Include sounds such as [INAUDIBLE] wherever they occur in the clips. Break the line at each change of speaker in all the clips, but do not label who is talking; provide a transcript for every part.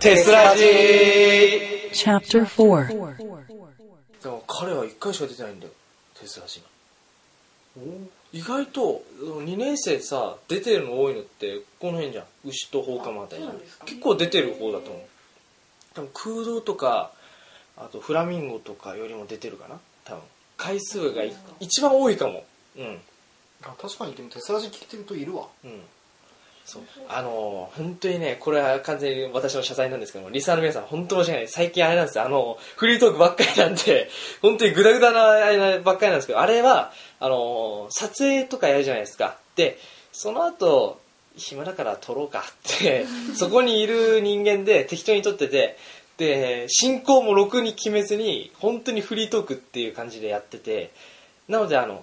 テスラジー
Chapter 4
でも彼は1回しか出てないんだよテスラジー意外と2年生さ出てるの多いのってこの辺じゃん牛と放課のあたりじゃん
あそうなんですかね
結構出てる方だと思うでも空洞とかあとフラミンゴとかよりも出てるかな多分回数がい一番多いかもうん
あ確かにでもテスラジ聞いてるといるわ
うんそうあのー本当にねこれは完全に私の謝罪なんですけどもリスナーの皆さん本当申し訳ない最近あれなんですよあのフリートークばっかりなんで [LAUGHS] 本当にグダグダなあればっかりなんですけどあれはあのー撮影とかやるじゃないですかでその後暇だから撮ろうかってそこにいる人間で適当に撮っててで進行もろくに決めずに本当にフリートークっていう感じでやっててなのであの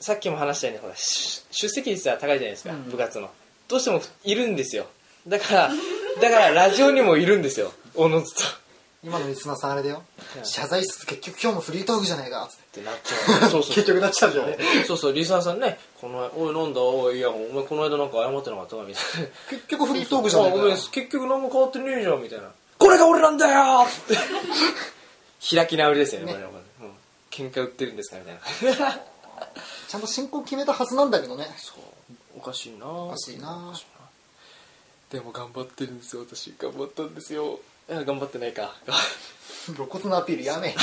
さっきも話したようにほらし出席率は高いじゃないですか、部活のどうしてもいるんですよだからだからラジオにもいるんですよおのずと
今のリスナーさんあれだよ
うん
謝罪しつつ結局今日もフリートークじゃないかつって
ってなっちゃう [LAUGHS] そうそう
結局なっちゃうじゃんね
そうそうリスナーさんね「このおい飲んだおいいやお前この間なんか謝ってなかったか」みたいな
結局フリートー
あ
クじゃない
ご
か
めん結局何も変わってねえじゃんみたいなこれが俺なんだよって [LAUGHS] 開き直りですよね
ね
我々はうん喧嘩売ってるんですかみたいな
ちゃんと進行決めたはずなんだけどね
そうおかしいなお
かしいな [LAUGHS]
かしいなでも頑張ってるんですよ私頑張ったんですよいや頑張ってない [LAUGHS] か
露骨なアピールやめえ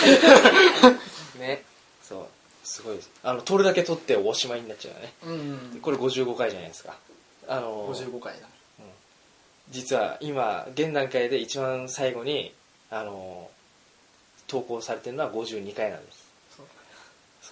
ねそうすごいですあの撮るだけ撮っておしまいになっちゃうよね
うん
これ55回じゃないですかあの
55回だ
実は今現段階で一番最後にあの投稿されてるのは52回なんです
そう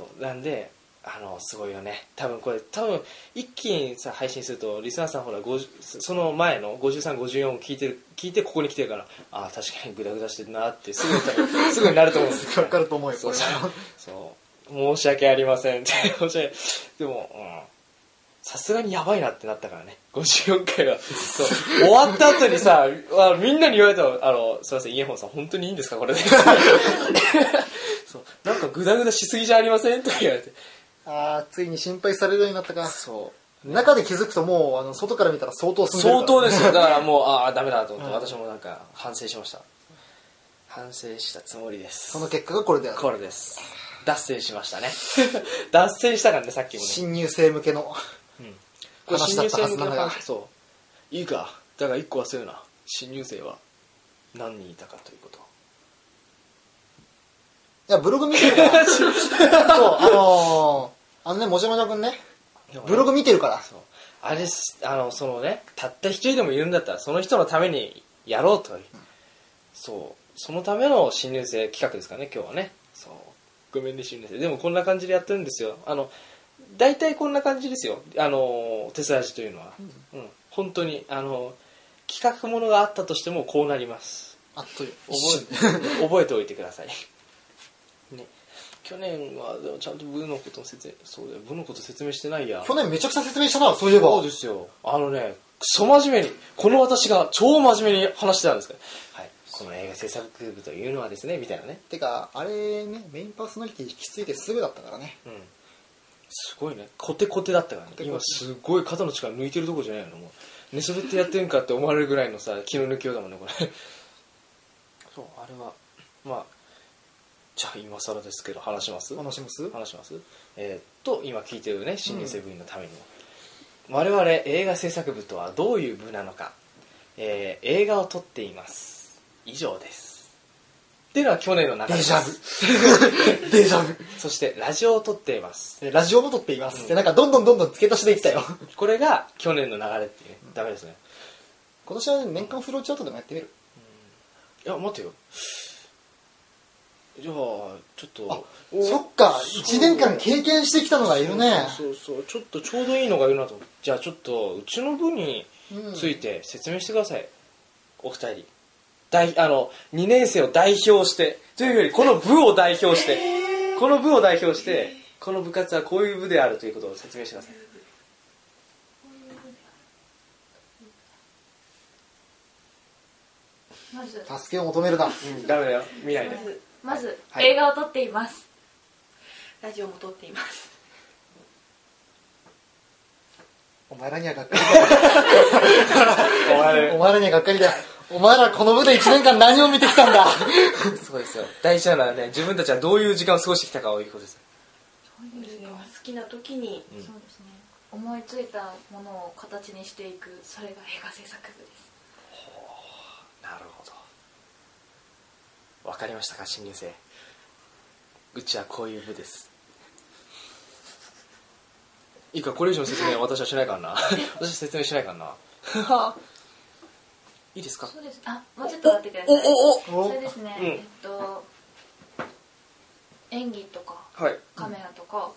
そうなんであのすごいよね多分これ多分一気にさ配信するとリスナーさんほら50その前の5354を聞いてる聞いてここに来てるからああ確かにグダグダしてるなってすぐ多分すぐになると思うんです
分かると思うよ
そ
こ
う
れ
そう
は
そう申し訳ありませんって申し訳でもうんさすがにやばいなってなったからね54回はそう終わった後にさあみんなに言われたのあのすいませんイエホンさん本当にいいんですかこれでそうなんかグダグダしすぎじゃありませんとか言われて
あーついに心配されるようになったか
そう
中で気づくともうあの外から見たら相当進んでるか
相当
ら
ですよだからもうああダメだと思って
うん
私もなんか反省しました反省したつもりです
その結果がこれだよ
これです脱線しましたね脱線したからねさっきもね
新入生向けの
これ
話
新入
だった
生向
はず
け
な
の
がら
話そういいかだが一個忘れるな新入生は何人いたかということ
いやブログ見てるから [LAUGHS] そうあのー、あのねもじゃもじゃくんねブログ見てるから
そうあれすあのそのねたった一人でもいるんだったらその人のためにやろうという、そうそのための新入生企画ですかね今日はねそうごめんね新入生でもこんな感じでやってるんですよあの大体こんな感じですよあの手伝いというのはうん、本当にあの企画ものがあったとしてもこうなります
あっという
覚え [LAUGHS] 覚えておいてくださいね去年はでもちゃんと部のことも説明そうだよ部のこと説明してないや
去年めちゃくちゃ説明したなそういえば
そうですよ。あのね、クソ真面目に、この私が超真面目に話してたんですから。はい。この映画制作部というのはですね、みたいなね。
てかあれねメインパーソナリティ引き継いですぐだったからね
うん。すごいね。コテコテだったからね。
テコテ
今すごい肩の力抜いてるとこじゃないのもう。寝そべってやってんかって思われるぐらいのさ、気の抜きようだもんね、これ。 [LAUGHS] そう、あれは。まあ、じゃあ今更ですけど話します
話します
話しますえーっと今聞いてるね新入生部員のためにも、我々映画制作部とはどういう部なのか、えー映画を撮っています以上ですっていうのは去年の中
デ
で
ジャ
す
ブデジャブ
そしてラジオを撮っています
えラジオも撮っています、
うん
でなんかどんどんどんどん付け足しでいったよ
これが去年の流れっていうねダメですね
今年はね年間フローチャートでもやってみる
いや待てよじゃあちょっとお
そっか
そう
1年間経験してきたのがいるね
そうそうそうちょっとちょうどいいのがいるなとじゃあちょっとうちの部に
うん
ついて説明してください、お二人代あの2年生を代表してというよりこの部を代表して、この部を代表してこの部活はこういう部であるということを説明してください
まず
助けを求めるな、
ダメだよ見ないで
まずまず、
はい
映画を撮っていますラジオも撮っています
お前らにはがっかりだ
お前
[LAUGHS] お前らにはがっかりだお前らこの部で1年間何を見てきたんだ
そうですよ。大事なのはね、自分たちはどういう時間を過ごしてきたかをいうことです。
そうですね
好きな時に
うん
そうですね思いついたものを形にしていくそれが映画制作部です
なるほど。わかりましたか、新入生。うちはこういう部です。いいか、これ以上の説明は私はしないからな。私は説明しないからな。いいですか
そうですあもうちょっと待ってください
おお
[LAUGHS] お
それですね、
うん
えっと演技とか
はい。
カメラとか、あと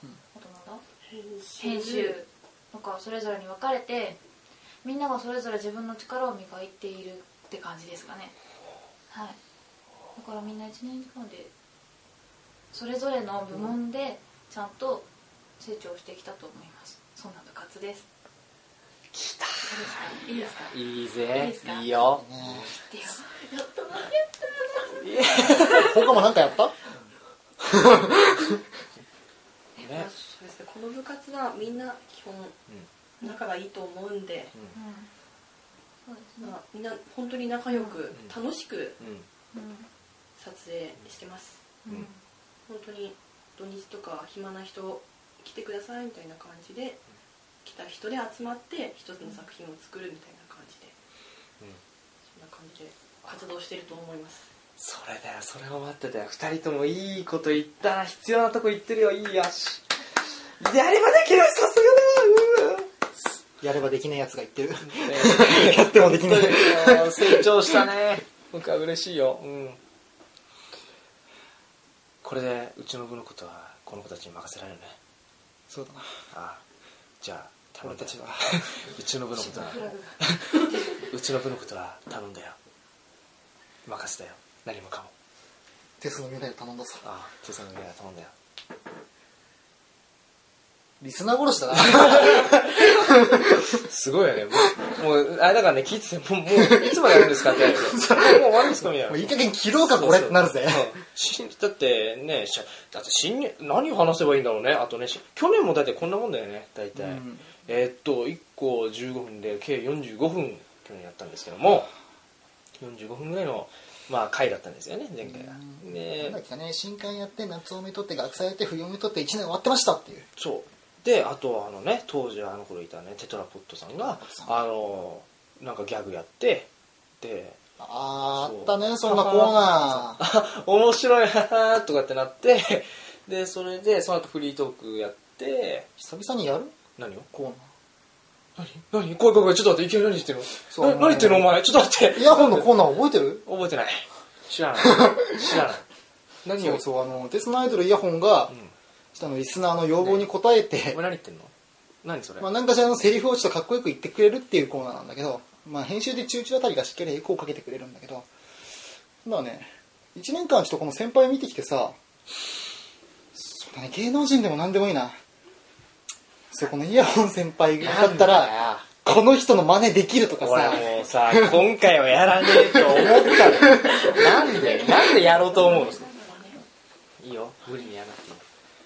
なんだ
編
編
集
集とかそれぞれに分かれてみんながそれぞれ自分の力を磨いているって感じですかねはいだからみんな1年間でそれぞれの部門でちゃんと成長してきたと思いますそんな部活ですきたいいですか
いいぜ
いいです。か
いいよ。
ね
いいですか
他もなんかやった
ね
まあそうですねこの部活はみんな基本仲がいいと思うんで、
うんそうですね
まあ、みんな本当に仲良く
うん
楽しく
う
撮影してます
うんうん
本当に土日とか暇な人来てくださいみたいな感じで来た人で集まって一つの作品を作るみたいな感じで
ん。うん。
そんな感じで活動してると思います
それだよ、それを待ってたよ。二人ともいいこと言ったな。必要なとこ言ってるよ。いいよし。やりまできるさすがだう
やればできないやつが言ってる
ー
やってもでき
本 [LAUGHS]
ない
当にもう成長したね。僕は嬉しいよ。うん。これで、うちの部のことは、この子たちに任せられるね。
そうだな
ああ。じゃあ、頼
俺
んだ
た
よ
ちは。
うちの部の
[LAUGHS]
ことは、うちの部のことは頼んだよ。任せたよ。何もかも。
テスの未来を頼んださ
ああ、手さんの目が頼んだよ。
リスナー殺しだな
すごいよね。もう、もうあれだからね、聞いてて、もう、もういつまでやるんですかって言われて。もう終わるんですかみたい
も
な
ういい。加減切ろうかこれってなるぜ
そうそううんしだってね、しだって新入、何を話せばいいんだろうね。あとね、し去年もだってこんなもんだよね、大体。
うん
えーっと、1個15分で、計45分、去年やったんですけども、45分ぐらいの、まあ、回だったんですよね、前回が。
なん
で
だっ、けかね新刊やって夏を見とって学祭やって冬を見とって1年終わってましたっていう
そうであとあのね当時あの頃いたねテトラポットさんがあのなんかギャグやってで
あー
そう
あったねそんなコーナー
あ面白い [LAUGHS] ははとかってなってでそれでその後フリートークやって
久々にやる
何を
コーナ
何何怖い怖い怖いちょっと待っていきなり何言ってる
そう
のな何言ってるのお前ちょっと待っ
ー
て
イヤホンのコーナー覚えてる
覚えてない知 [LAUGHS] らない知らない何
そ
を
うそうあの鉄のアイドルイヤホンが
ん
下のリスナーの要望に応え
お
て、
前何言ってんの何それ、
まあ、なんかしらのセリフをちょっとかっこよく言ってくれるっていうコーナーなんだけど、まあ、編集で中中あたりがしっかりエコーをかけてくれるんだけどまあね1年間ちょっとこの先輩見てきてさそうだね芸能人でも何でもいいなそうこのイヤホン先輩だったら
ら
この人の真似できるとか
俺
さ
もうさ、今回はやらねえと思ったの。 [LAUGHS] なんで、なんでやろうと思うのいいよ、無理にやらなくていいよ。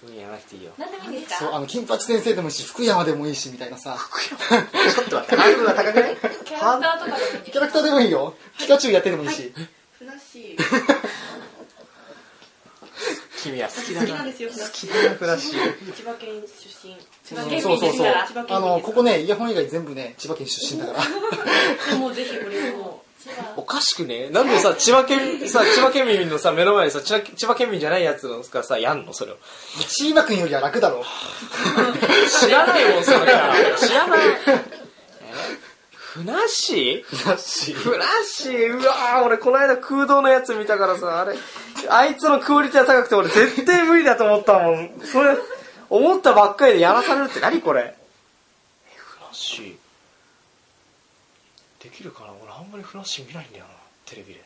無理にやらなくていいよ。
何でもいいです
そう
か
あの金八先生でもいいし福山でもいいしみたいなさ
ちょっと待って、ハードルが高くない
キャラクターとかでもいいんで
キャ
す
ラクターでもいいよピカチュウやってでもいいし、
ふなっしー
君は好き
好
だ
きなん
な
で。すよふなっし
好きだな、暮らし。
ー千葉県出身
千葉県
そうそ
民で
う
す
そう
から
千葉県民ですから
あのここねイヤホン以外全部ね千葉県出身だから
でもぜひこれを
千葉
おかしくねなんでさ、千葉県、さ、千葉県民のさ、目の前にさ、千葉千葉県民じゃないやつがさ、やんのそれを。
チーバくんよりは楽だろ。
知らないもん、そのキャラ。知らない。ふなっしーふなっしーふなっしーうわー俺この間空洞のやつ見たからさ、あれ、あいつのクオリティは高くて俺絶対無理だと思ったもん。それ、思ったばっかりでやらされるって何これ。えふなっしーできるかな俺あんまりふなっしー見ないんだよな、テレビで。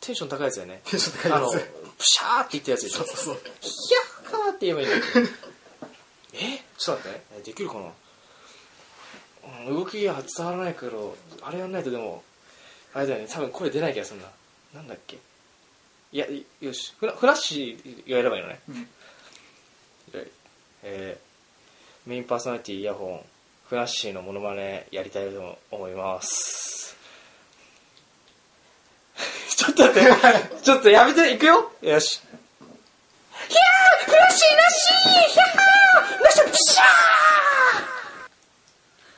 テンション高いやつだよね。
テンション
あ
高いや
の、プ
つ。
シャーって言ったやつでしょ。
そう
ヒャッカーって言えばいいんだけどえちょっと待ってえ。できるかな、うん、動きが伝わらないけど、あれやんないとでも、あれだよね、多分声出ない気がするんだ。なんだっけいや、いよし。フラフラッシュやればいいのね。
うん
はいえーメインパーソナリティイヤホン、フラッシーのモノマネやりたいと思います。って。ちょっとやめて、いくよ。よし。ひゃーフラッシーなしひゃーなしプシャ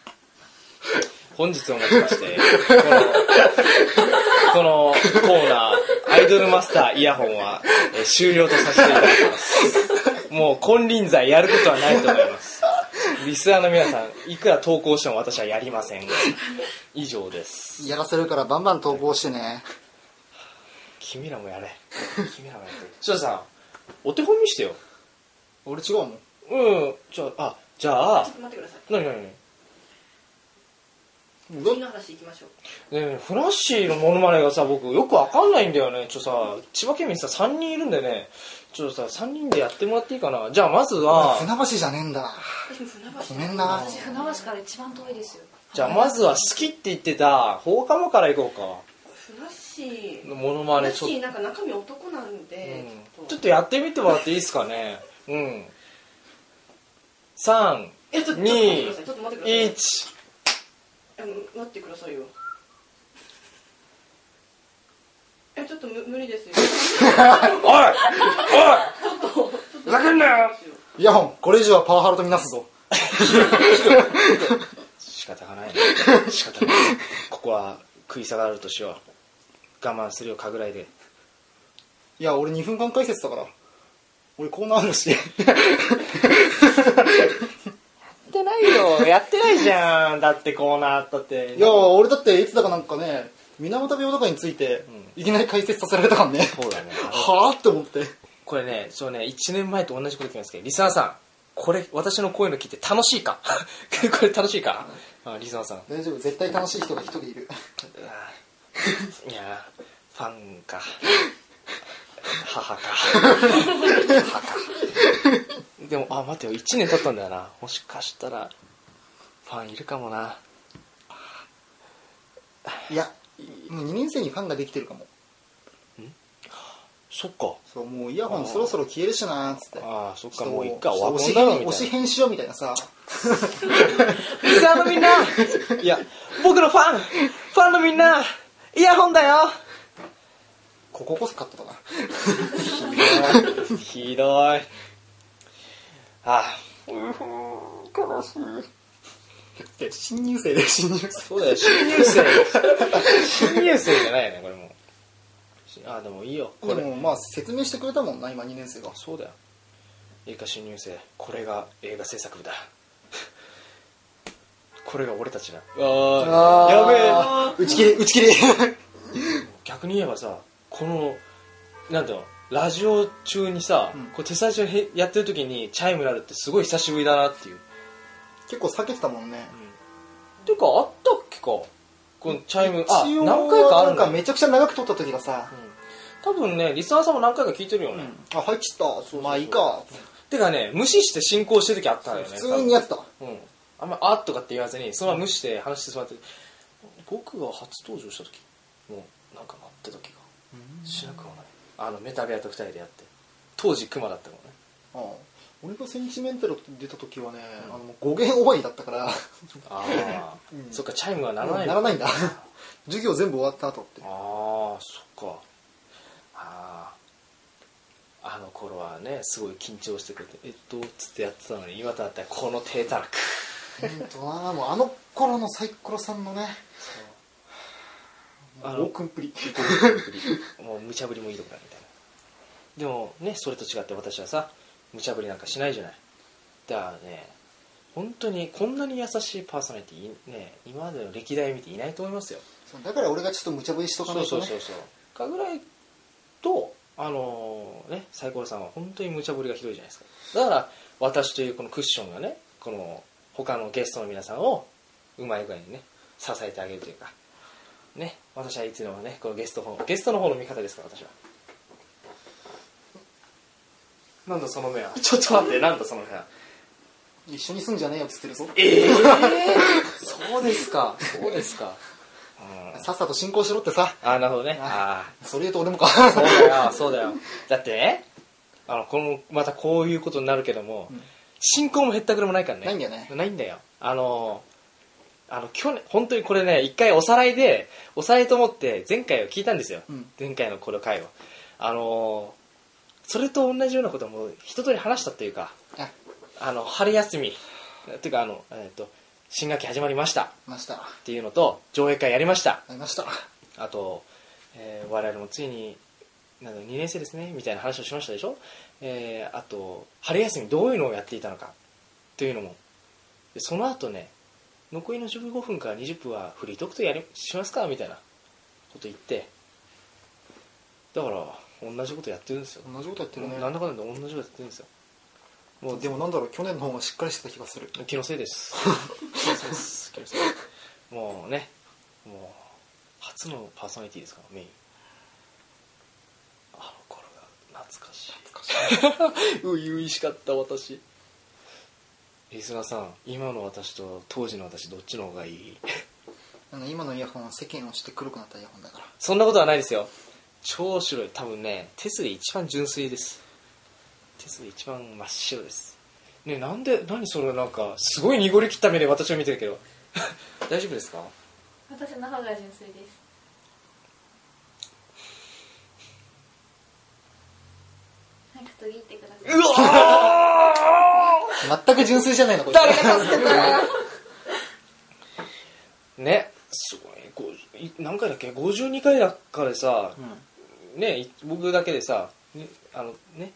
ー本日をもちまして、この、このコーナー、アイドルマスターイヤホンは、えー終了とさせていただきます。もう金輪際やることはないと思います。リスナーの皆さん、いくら投稿しても私はやりません。以上です。
やらせるからバンバン投稿してね
君らもやれ。 [LAUGHS] 君らもやって。翔さん、お手本見してよ。
俺違うもん
うん、じゃあ、あ、じゃあ
ちょっ、と待ってください
なになになに
次の話行きましょう
ねえフラッシーのモノマネがさ、僕よくわかんないんだよね。ちょさ、千葉県民さ、3人いるんでね、ちょっとさ、3人でやってもらっていいかな。じゃあ、まずは、
船橋じゃねえんだ
私も船
ご
橋
めんな
私船橋から一番遠いですよ
じゃあ、まずは好きって言ってた、放課後から行こ
船
う
橋
か。モノマネ、ちょっ
船
と
橋。なんか中身男なんで、
うんちょっとやってみてもらっていいですかね。うん。3、
えちょっと待ってくださいちょっと待ってください
1、
え待ってくださいよえちょっとむ無理ですよ
おいおいふざけんなよ
イヤホンこれ以上はパワハラとみなすぞ
仕方がないね仕方がないここは食い下がるとしよう我慢するよかぐらいで
いや俺2分間解説だから俺コーナーあるし
やってないよやってないじゃんだってコーナーあったって
いや俺だっていつだかなんかね水俣病とかについていきなり解説させられたからね
そうだね
はぁって思って
これねそうね1年前と同じこと言ってますけどリスナーさんこれ私の声の聞いて楽しいか [LAUGHS] これ楽しいかあリスナー [LAUGHS] さん
大丈夫絶対楽しい人が一人いる
いやーファン [LAUGHS] か母 [LAUGHS] か母かでもあ待てよ1年経ったんだよなもしかしたらファンいるかもない
やもう2年生にファンができてるかも
そっか
そうもうイヤホンそろそろ消えるしなーっつって
ああそっ
ち
か
ょっと
もういっか
ちょ
オワ
っと
コ
推
ン
し
だろみたい
変
な
推し変しようみたいなさ
リスナーのみんないや僕のファンファンのみんなイヤホンだよ
こここそカットだな
ひどいああ
で新入生で新入生
そうだよ、新入生。新入生じゃないよね、これもう。しあ、でもいいよ、これ。
でもまあ説明してくれたもんな今2年生が
そうだよ。いいか、新入生。これが映画制作部だ。これが俺たちだ。あやべえ。
やべえ打ち切り打ち切り
逆に言えばさ、この、なんだろう、ラジオ中にさ、
うん
こう手最初にへやってる時にチャイム鳴るってすごい久しぶりだなっていう。
結構避けてたもんね
ていうか、あったっけかこのチャイム、あ、
一応
何回かある
なんん
だ
か
よ
めちゃくちゃ長く撮った時がさ
多分ね、リスナーさんも何回か聞いてるよね。
あ入っちゃったまあいいか
てかね、無視して進行してる時あったのよね。
普通にやってた
多分うん。あんま、あとかって言わずに、そのまま無視して話してしまって、僕が初登場した時、もう、なんか待ってた気がしなくもない。あの、メタ部屋と二人でやって。当時、クマだったもんね。
ああ俺がセンチメンタルって出た時はねあのもう語源終わりだったから
ああ、
うん
そっか、チャイムは鳴らない。
ならないんだ授業全部終わった後って
ああ、そっか。ああ。あの頃はね、すごい緊張してくれて、えっと、つってやってたのに、今となったらこの低たら
[LAUGHS]
く。
うんとなもう [LAUGHS] あの頃のサイコロさんのね
あ
あ
の
のオープンプリ
もう無茶ぶりもいいとこだみたいなでもねそれと違って私はさ無茶ぶりなんかしないじゃないだからね本当にこんなに優しいパーソナリティいね今までの歴代見ていないと思いますよ
そうだから俺がちょっと無茶ぶりしとか
そ
な
う
い
そ
と
う
ね
そうそうかぐらいとあのねサイコロさんは本当に無茶ぶりがひどいじゃないですかだから私というこのクッションがねこの他のゲストの皆さんをうまい具合にね支えてあげるというかね私はいつでもねこのゲストの方ゲストの方の味方ですから私はなんだその目は [LAUGHS] ちょっと待ってなんだその目は
一緒に住んじゃねえよっつってるぞ
ええそうですかそうですか、うん、
さっさと進行しろってさ
あなるほどねああ
それ言うと俺もか [LAUGHS]
そうだよ、そうだよ。だってね、あの、この、またこういうことになるけども、
うん
進行も減ったくれもないからね。
ないんだよね
ないんだよ。あの、あの去年本当にこれね一回おさらいでおさらいと思って前回を聞いたんですよ、
うん
前回のこの回をあのーそれと同じようなことも一通り話したというか
あ
あの春休みというかあの、えー、と新学期始まりました
ましたあ
っていうのと上映会やりました
りました
あと、えー我々もついになんだ2年生ですねみたいな話をしましたでしょ、えーあと春休みどういうのをやっていたのかというのもでその後ね残りの15分から20分はフリートークとやりしますかみたいなこと言ってだから同じことやってるんですよ、
同じことやってるね
なんだかんだで同じことやってるんですよもう
でもなんだろう去年の方がしっかりしてた気がする
気のせいです気のせいです気のせいですもうねもう初のパーソナリティですからメインあの頃が懐かしい初々しかった私リスナーさん今の私と当時の私どっちの方がいい
あの今のイヤホンは世間をして黒くなったイヤホンだから
そんなことはないですよ超白い多分ねテスで一番純粋ですテスで一番真っ白ですねなんで何それなんかすごい濁り切った目で私を見てるけど [LAUGHS] 大丈夫ですか
私の方が純粋です早く次行ってください
全く純粋じゃないのこれ
誰が助けた [LAUGHS] ねすごい50い何回だっけ52回だからさ
う、ん
ねい僕だけでさ、ねあのね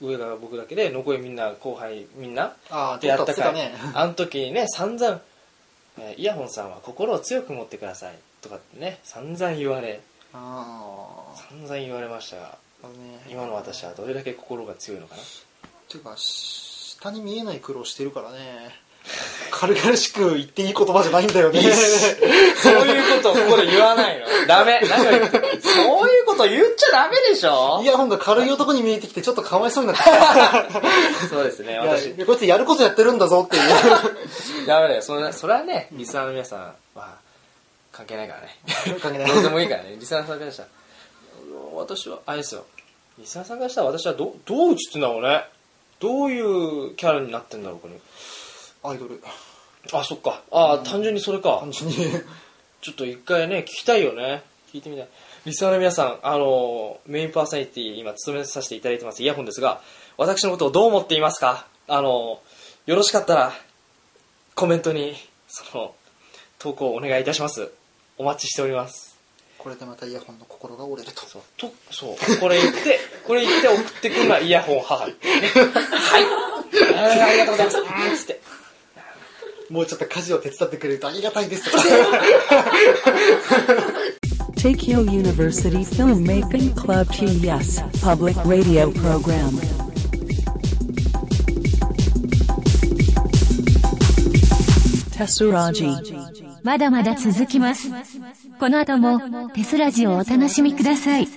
上が僕だけで残りみんな後輩みんな
ああ
でやった
撮
か
ね
あの時にね散々えーイヤホンさんは心を強く持ってくださいとかってね散々言われ
ああ
散々言われましたが
あのね
今の私はどれだけ心が強い [LAUGHS] のかな
ていうかし下に見えない苦労してるからね軽々しく言っていい言葉じゃないんだよね
そういうことをここで言わないの。ダメ。何を言ってそういうこと言っちゃダメでしょ
イヤホンが軽い男に見えてきてちょっとかわいそうになってきた
そうですね、
いや
私。
こいつやることやってるんだぞっていう
ダメだよ。それそれはね、リスナーの皆さんは関係ないからね。
関係ない
どうでもいいからね。リスナーさんからしたら。私は、あれですよ。リスナーさんからしたら私はどどう映ってんだろうね。どういうキャラになってんだろうかね。
アイドル
あ、そっか。ああ、単純にそれか
単。純に
ちょっと一回ね、聞きたいよね。聞いてみたい。リスナーの皆さん、あの、メインパーソナリティ、今、務めさせていただいてます、イヤホンですが、私のことをどう思っていますかあの、よろしかったら、コメントに、その、投稿をお願いいたします。お待ちしております。
これでまたイヤホンの心が折れると
そう、と、そう、これ言って、これ言って送ってくるのはイヤホン母。ねはい。あーありがとうございます。うーんつって。
もうちょっと家事を手伝ってくれるとありがたい [LAUGHS] ですとか
Tokyo University Filmmaking Club TES Public Radio Program. Tesuraji.
まだまだ続きます。この後もテスラジをお楽しみください。